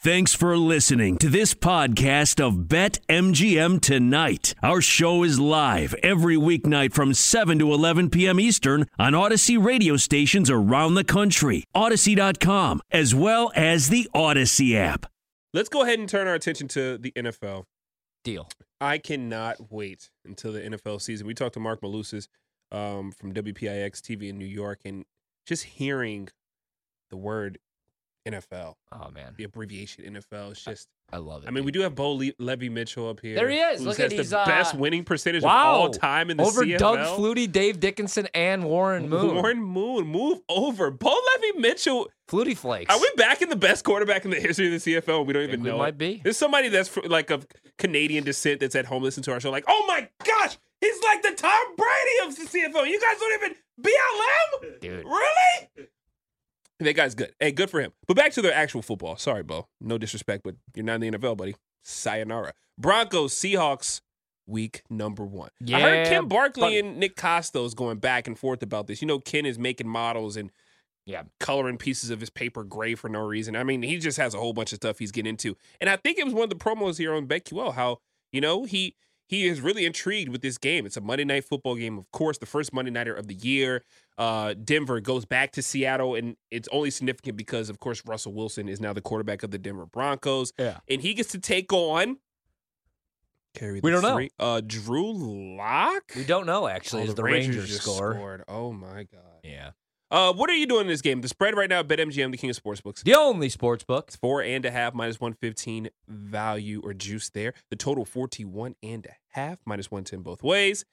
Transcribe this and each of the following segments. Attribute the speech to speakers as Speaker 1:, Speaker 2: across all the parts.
Speaker 1: Thanks for listening to this podcast of Bet MGM Tonight. Our show is live every weeknight from 7 to 11 p.m. Eastern on Odyssey radio stations around the country, Odyssey.com, as well as the Odyssey app.
Speaker 2: Let's go ahead and turn our attention to the NFL.
Speaker 3: Deal.
Speaker 2: I cannot wait until the NFL season. We talked to Mark Malusis um, from WPIX TV in New York, and just hearing the word NFL,
Speaker 3: Oh man,
Speaker 2: the abbreviation NFL, is just.
Speaker 3: I love it.
Speaker 2: I mean, we do have Bo Le- Levy Mitchell up here.
Speaker 3: There he is.
Speaker 2: who
Speaker 3: Look
Speaker 2: has
Speaker 3: at- he's,
Speaker 2: the
Speaker 3: uh,
Speaker 2: best winning percentage
Speaker 3: wow
Speaker 2: of all time in the
Speaker 3: over
Speaker 2: CFL.
Speaker 3: Doug Flutie, Dave Dickinson, and Warren Moon.
Speaker 2: Warren Moon, move over. Bo Levy Mitchell.
Speaker 3: Flutie flakes.
Speaker 2: Are we back in the best quarterback in the history of the CFL? and We don't
Speaker 3: Think
Speaker 2: even
Speaker 3: we
Speaker 2: know. it?
Speaker 3: might be.
Speaker 2: There's somebody that's fr- like of Canadian descent that's at home listening to our show. Like, oh my gosh, he's like the Tom Brady of the CFL. You guys don't even BLM,
Speaker 3: Dude.
Speaker 2: Really? That guy's good. Hey, good for him. But back to their actual football. Sorry, Bo. No disrespect, but you're not in the NFL, buddy. Sayonara. Broncos, Seahawks, week number one. I heard
Speaker 3: Yeah,
Speaker 2: Kim Barkley
Speaker 3: buddy.
Speaker 2: and Nick Costos going back and forth about this. You know, Ken is making models and
Speaker 3: Yeah.
Speaker 2: coloring pieces of his paper gray for no reason. I mean, he just has a whole bunch of stuff he's getting into. And I think it was one of the promos here on BetQL how, you know, he he is really intrigued with this game. It's a Monday night football game, of course, the first Monday nighter of the year. Uh, Denver goes back to Seattle, and it's only significant because, of course, Russell Wilson is now the quarterback of the Denver Broncos.
Speaker 3: Yeah.
Speaker 2: And he gets to take on carry
Speaker 3: We
Speaker 2: the
Speaker 3: don't know.
Speaker 2: three- Uh, Drew Lock.
Speaker 3: We don't know actually.
Speaker 2: Oh,
Speaker 3: is the, Rangers,
Speaker 2: just
Speaker 3: score?
Speaker 2: scored. Oh my god.
Speaker 3: Yeah.
Speaker 2: Uh, what are you doing in this game? The spread right now at BetMGM, the king of sportsbooks.
Speaker 3: The only sports book.
Speaker 2: It's four and a half minus one fifteen value or juice there. The total forty one and a half minus one ten both ways,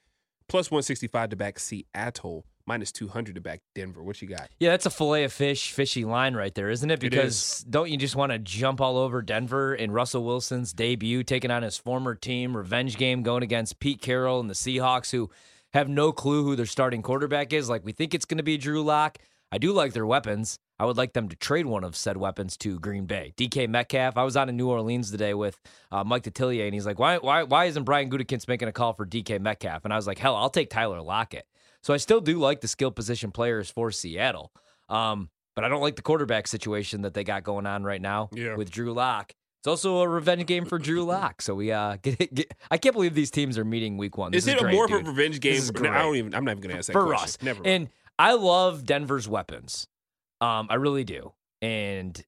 Speaker 2: plus one sixty five to back Seattle, minus two hundred to back Denver. What you got?
Speaker 3: Yeah, that's a fillet of fish, fishy line right there, isn't it?
Speaker 2: It
Speaker 3: Because don't you just want to jump all over Denver and Russell Wilson's debut, taking on his former team, revenge game, going against Pete Carroll and the Seahawks, who have no clue who their starting quarterback is. Like, we think it's going to be Drew Lock. I do like their weapons. I would like them to trade one of said weapons to Green Bay. DK Metcalf. I was out in New Orleans today with uh, Mike Detillier, and he's like, why, why, why isn't Brian Gutekunst making a call for DK Metcalf? And I was like, hell, I'll take Tyler Lockett. So I still do like the skill position players for Seattle. Um, but I don't like the quarterback situation that they got going on right now
Speaker 2: Yeah.
Speaker 3: with Drew Lock. It's also a revenge game for Drew Lock. So we uh, get, get, I can't believe these teams are meeting week one. This
Speaker 2: is it
Speaker 3: great,
Speaker 2: a more
Speaker 3: dude.
Speaker 2: of a revenge game?
Speaker 3: is
Speaker 2: No,
Speaker 3: great.
Speaker 2: I don't even. I'm not even going to ask that
Speaker 3: for
Speaker 2: question.
Speaker 3: us.
Speaker 2: Never. mind.
Speaker 3: And I love Denver's weapons. Um, I really do. And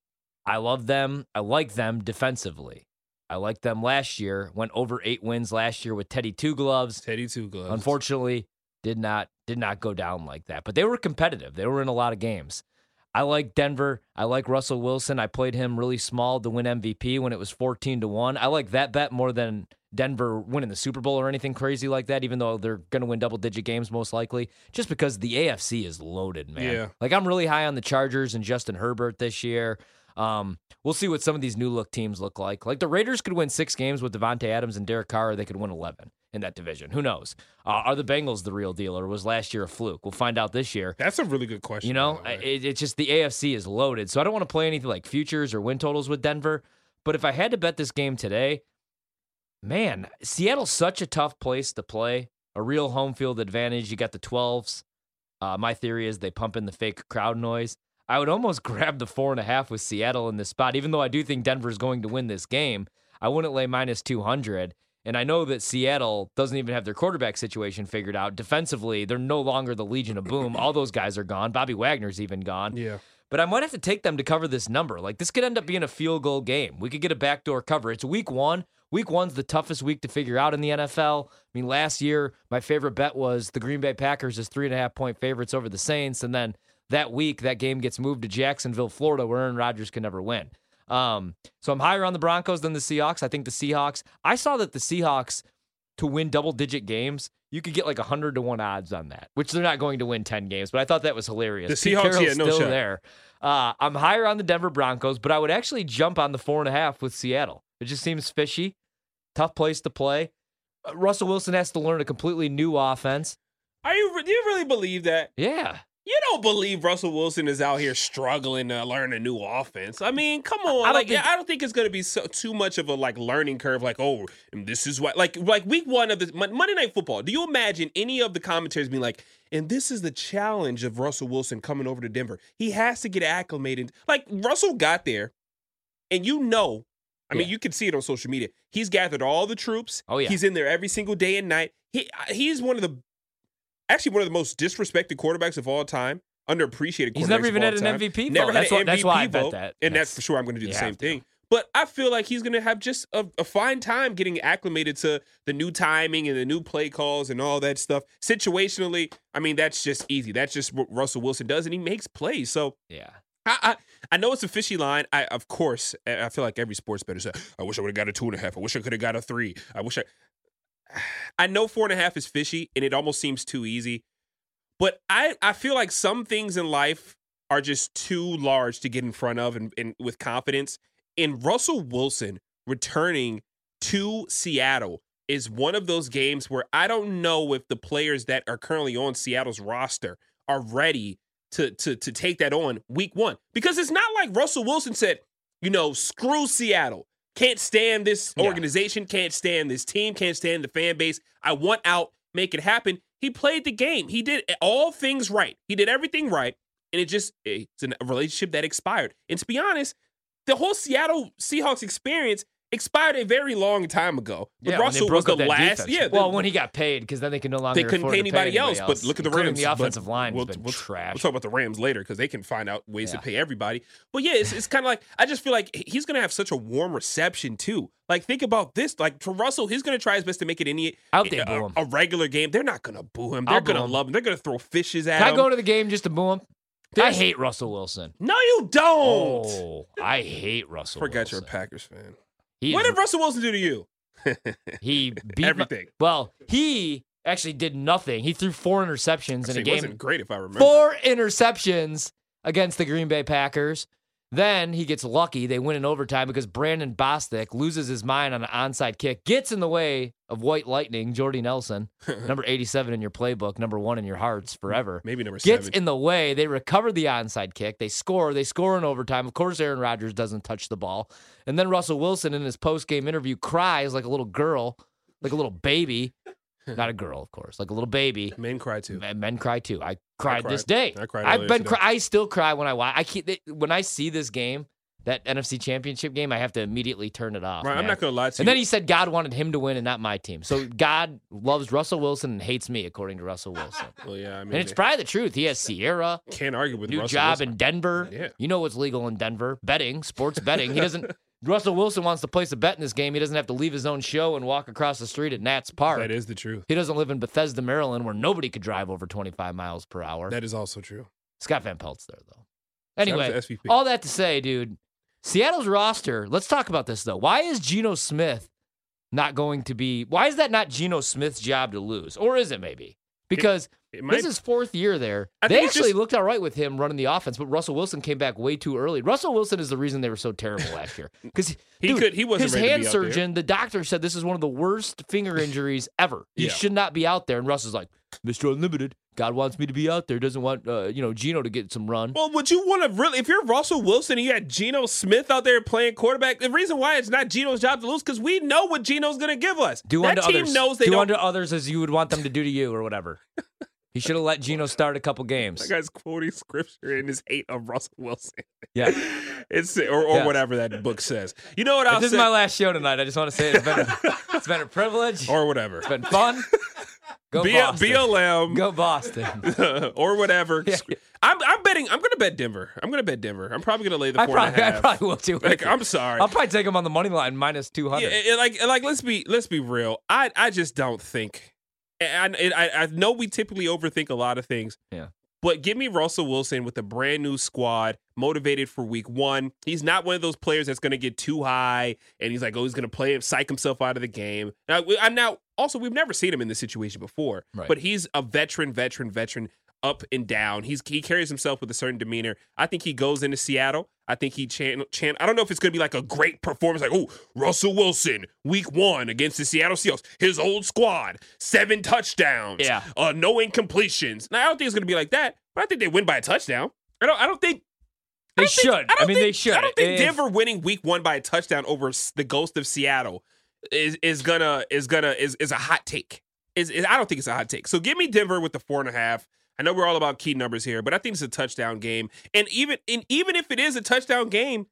Speaker 3: I love them. I like them defensively. I liked them last year. Went over eight wins last year with Teddy Two Gloves
Speaker 2: Teddy two gloves.
Speaker 3: unfortunately did not did not go down like that but they were competitive they were in a lot of games i like denver i like russell wilson i played him really small to win mvp when it was 14 to 1 i like that bet more than denver winning the super bowl or anything crazy like that even though they're going to win double digit games most likely just because the afc is loaded man
Speaker 2: Yeah.
Speaker 3: like i'm really high on the chargers and justin herbert this year um, we'll see what some of these new look teams look like. Like the Raiders could win six games with Devontae Adams and Derek Carr, or they could win 11 in that division. Who knows? Uh, are the Bengals the real deal, or was last year a fluke? We'll find out this year.
Speaker 2: That's a really good question.
Speaker 3: You know,
Speaker 2: by the way.
Speaker 3: it, it's just the AFC is loaded. So I don't want to play anything like futures or win totals with Denver. But if I had to bet this game today, man, Seattle's such a tough place to play. A real home field advantage. You got the 12s. Uh, my theory is they pump in the fake crowd noise. I would almost grab the four and a half with Seattle in this spot, even though I do think Denver's going to win this game. I wouldn't lay minus 200. And I know that Seattle doesn't even have their quarterback situation figured out. Defensively, they're no longer the Legion of Boom. All those guys are gone. Bobby Wagner's even gone.
Speaker 2: yeah.
Speaker 3: But I might have to take them to cover this number. Like, this could end up being a field goal game. We could get a backdoor cover. It's week one. Week one's the toughest week to figure out in the NFL. I mean, last year, my favorite bet was the Green Bay Packers as three and a half point favorites over the Saints. And then that week, that game gets moved to Jacksonville, Florida, where Aaron Rodgers can never win. Um, so I'm higher on the Broncos than the Seahawks. I think the Seahawks, I saw that the Seahawks to win double digit games, you could get like 100 to 1 odds on that, which they're not going to win 10 games, but I thought that was hilarious.
Speaker 2: The
Speaker 3: Pete
Speaker 2: Seahawks,
Speaker 3: Carroll's
Speaker 2: yeah, no
Speaker 3: still
Speaker 2: shot.
Speaker 3: there. Uh, I'm higher on the Denver Broncos, but I would actually jump on the four and a half with Seattle. It just seems fishy. Tough place to play. Uh, Russell Wilson has to learn a completely new offense.
Speaker 2: Are you? Do you really believe that?
Speaker 3: Yeah.
Speaker 2: You don't believe Russell Wilson is out here struggling to learn a new offense. I mean, come on.
Speaker 3: I don't
Speaker 2: like,
Speaker 3: think-
Speaker 2: I don't think it's going to be so, too much of a like learning curve. Like, oh, and this is what like like week one of the Mon- Monday Night Football. Do you imagine any of the commentators being like, and this is the challenge of Russell Wilson coming over to Denver. He has to get acclimated. Like Russell got there, and you know, I mean,
Speaker 3: Yeah.
Speaker 2: you can see it on social media. He's gathered all the troops.
Speaker 3: Oh, yeah.
Speaker 2: he's in there every single day and night. He uh, he's one of the actually one of the most disrespected quarterbacks of all time, underappreciated.
Speaker 3: He's
Speaker 2: quarterbacks
Speaker 3: never
Speaker 2: of
Speaker 3: even
Speaker 2: all
Speaker 3: had an
Speaker 2: time.
Speaker 3: MVP
Speaker 2: Never
Speaker 3: vote.
Speaker 2: had
Speaker 3: That's
Speaker 2: an
Speaker 3: why-
Speaker 2: MVP
Speaker 3: that's why I bet
Speaker 2: vote,
Speaker 3: that.
Speaker 2: and
Speaker 3: That's-
Speaker 2: that's for sure. I'm going to do
Speaker 3: you
Speaker 2: the
Speaker 3: have
Speaker 2: same
Speaker 3: to.
Speaker 2: thing. But I feel like he's going to have just a, a fine time getting acclimated to the new timing and the new play calls and all that stuff. Situationally, I mean, that's just easy. That's just what Russell Wilson does, and he makes plays. So
Speaker 3: Yeah.
Speaker 2: I, I I know it's a fishy line. I of course I I feel like every sports better said, I wish I would have got a two and a half. I wish I could have got a three. I wish I I know four and a half is fishy and it almost seems too easy. But I, I feel like some things in life are just too large to get in front of and, and with confidence. And Russell Wilson returning to Seattle is one of those games where I don't know if the players that are currently on Seattle's roster are ready to to to take that on week one because it's not like Russell Wilson said, you know, screw Seattle. Can't stand this
Speaker 3: Yeah.
Speaker 2: organization, can't stand this team, can't stand the fan base. I want out, make it happen. He played the game. He did all things right. He did everything right. And it just it's a relationship that expired. And to be honest, the whole Seattle Seahawks experience expired a very long time ago. But
Speaker 3: Yeah, when they
Speaker 2: Russell was
Speaker 3: broke
Speaker 2: the
Speaker 3: up that
Speaker 2: last
Speaker 3: defense.
Speaker 2: yeah, the-
Speaker 3: well, when he got paid because then they can no longer
Speaker 2: they couldn't
Speaker 3: afford
Speaker 2: pay
Speaker 3: to
Speaker 2: anybody, else, But look at the
Speaker 3: including
Speaker 2: Rams.
Speaker 3: The
Speaker 2: but
Speaker 3: offensive line
Speaker 2: we'll-
Speaker 3: has been
Speaker 2: we'll-
Speaker 3: trash.
Speaker 2: We'll talk about the Rams later because they can find out ways
Speaker 3: Yeah.
Speaker 2: to pay everybody. But yeah, it's, it's kind of like I just feel like he's gonna have such a warm reception too. Like think about this. Like to Russell, he's gonna try his best to make it any
Speaker 3: Out they
Speaker 2: a,
Speaker 3: boo him.
Speaker 2: a regular game. They're not gonna boo him.
Speaker 3: I'll
Speaker 2: They're
Speaker 3: boo
Speaker 2: gonna
Speaker 3: him.
Speaker 2: love him. They're gonna throw fishes at
Speaker 3: Can I
Speaker 2: him.
Speaker 3: go to the game just to boo him? I
Speaker 2: There's-
Speaker 3: hate Russell Wilson.
Speaker 2: no, you don't.
Speaker 3: Oh, I hate Russell.
Speaker 2: Forgot
Speaker 3: Wilson.
Speaker 2: you're a Packers fan.
Speaker 3: He, is-
Speaker 2: what did Russell Wilson do to you?
Speaker 3: he beat my-
Speaker 2: Everything.
Speaker 3: well, he actually did nothing. He threw four interceptions
Speaker 2: Actually,
Speaker 3: in
Speaker 2: it
Speaker 3: a
Speaker 2: wasn't
Speaker 3: game.
Speaker 2: great if I remember.
Speaker 3: Four interceptions against the Green Bay Packers. Then he gets lucky. They win in overtime because Brandon Bostic loses his mind on an onside kick, gets in the way of White Lightning, Jordy Nelson, number 87 in your playbook, number one in your hearts forever.
Speaker 2: Maybe number
Speaker 3: gets
Speaker 2: seven.
Speaker 3: in the way. They recover the onside kick. They score. They score in overtime. Of course, Aaron Rodgers doesn't touch the ball. And then Russell Wilson, in his post game interview, cries like a little girl, like a little baby. Not a girl, of course, like a little baby.
Speaker 2: Men cry too.
Speaker 3: And men cry too. I
Speaker 2: cried.
Speaker 3: cried this day.
Speaker 2: I cried
Speaker 3: I've
Speaker 2: earlier
Speaker 3: been.
Speaker 2: today.
Speaker 3: Cry- I still cry when I watch. I keep when I see this game, that NFC Championship game. I have to immediately turn it off.
Speaker 2: Right, I'm
Speaker 3: man.
Speaker 2: not gonna lie to you.
Speaker 3: And then he said God wanted him to win and not my team. So God loves Russell Wilson and hates me, according to Russell Wilson.
Speaker 2: well, yeah, I mean,
Speaker 3: And it's
Speaker 2: they
Speaker 3: probably the truth. He has Sierra,
Speaker 2: can't argue with
Speaker 3: new
Speaker 2: Russell
Speaker 3: job
Speaker 2: Wilson.
Speaker 3: in Denver.
Speaker 2: Yeah.
Speaker 3: You know what's legal in Denver? Betting, sports betting. He doesn't. Russell Wilson wants to place a bet in this game. He doesn't have to leave his own show and walk across the street at Nats Park.
Speaker 2: That is the truth.
Speaker 3: He doesn't live in Bethesda, Maryland, where nobody could drive over 25 miles per hour.
Speaker 2: That is also true.
Speaker 3: Scott Van Pelt's there though.
Speaker 2: Shout out
Speaker 3: Anyway,
Speaker 2: to SVP.
Speaker 3: all that to say, dude, Seattle's roster. Let's talk about this though. Why is Geno Smith not going to be? Why is that not Geno Smith's job to lose, or is it maybe? Because
Speaker 2: It
Speaker 3: this is fourth year there.
Speaker 2: I
Speaker 3: they
Speaker 2: think it's
Speaker 3: actually
Speaker 2: just-
Speaker 3: looked all right with him running the offense, but Russell Wilson came back way too early. Russell Wilson is the reason they were so terrible last year because
Speaker 2: He could- he wasn't
Speaker 3: his
Speaker 2: ready to
Speaker 3: hand
Speaker 2: be out there.
Speaker 3: surgeon. The doctor said this is one of the worst finger injuries ever. You
Speaker 2: Yeah.
Speaker 3: should not be out there. And Russell's like, Mister Unlimited, God wants me to be out there. Doesn't want uh, you know Gino to get some run.
Speaker 2: Well, would you want to really? If you're Russell Wilson and you had Geno Smith out there playing quarterback, the reason why it's not Geno's job to lose because we know what Geno's going to give us.
Speaker 3: do
Speaker 2: that
Speaker 3: unto
Speaker 2: team
Speaker 3: others.
Speaker 2: knows they
Speaker 3: do
Speaker 2: don't.
Speaker 3: unto others as you would want them to do to you or whatever. he should have let Gino start a couple games.
Speaker 2: that guy's quoting scripture in his hate of Russell Wilson.
Speaker 3: Yeah.
Speaker 2: It's or, or
Speaker 3: Yes.
Speaker 2: whatever that book says. You know what I'll
Speaker 3: This
Speaker 2: say?
Speaker 3: is my last show tonight. I just want to say it's been a, it's been a privilege.
Speaker 2: or whatever.
Speaker 3: It's been fun. Go
Speaker 2: B-
Speaker 3: Boston.
Speaker 2: BLM
Speaker 3: Go Boston.
Speaker 2: or whatever.
Speaker 3: Yeah.
Speaker 2: I'm, I'm betting. I'm going to bet Denver. I'm going to bet Denver. I'm probably going to lay the
Speaker 3: I
Speaker 2: four and a
Speaker 3: probably, I
Speaker 2: half.
Speaker 3: probably will too.
Speaker 2: Like, I'm sorry.
Speaker 3: I'll probably take him on the money line minus two
Speaker 2: Yeah,
Speaker 3: hundred.
Speaker 2: and- and like and like let's be let's be real. I I just don't think. And and I, I know we typically overthink a lot of things.
Speaker 3: Yeah.
Speaker 2: But give me Russell Wilson with a brand new squad, motivated for week one. He's not one of those players that's going to get too high, and he's like, oh, he's going to play him, psych himself out of the game. Now, we- I'm now also we've never seen him in this situation before,
Speaker 3: Right.
Speaker 2: but he's a veteran, veteran, veteran up and down. He's he carries himself with a certain demeanor. I think he goes into Seattle. I think he chan, chan I don't know if it's going to be like a great performance, like oh Russell Wilson, week one against the Seattle Seahawks, his old squad, seven touchdowns,
Speaker 3: Yeah.
Speaker 2: uh, no incompletions. Now I don't think it's going to be like that, but I think they win by a touchdown. I don't. I don't think I
Speaker 3: They
Speaker 2: don't think-
Speaker 3: should.
Speaker 2: I,
Speaker 3: I,
Speaker 2: don't
Speaker 3: mean,
Speaker 2: think,
Speaker 3: they should. Eh,
Speaker 2: I don't think
Speaker 3: If-
Speaker 2: Denver winning Week One by a touchdown over s- the ghost of Seattle is is gonna is gonna is is a hot take. Is, is I don't think it's a hot take. So give me Denver with the four and a half. I know we're all about key numbers here, but I think it's a touchdown game. And even and even if it is a touchdown game,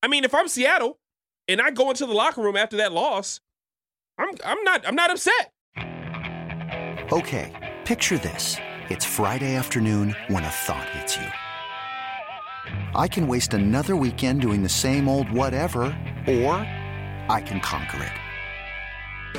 Speaker 2: I mean, if I'm Seattle and I go into the locker room after that loss, I'm I'm not I'm not upset.
Speaker 4: Okay, picture this. It's Friday afternoon when a thought hits you. I can waste another weekend doing the same old whatever, or I can conquer it.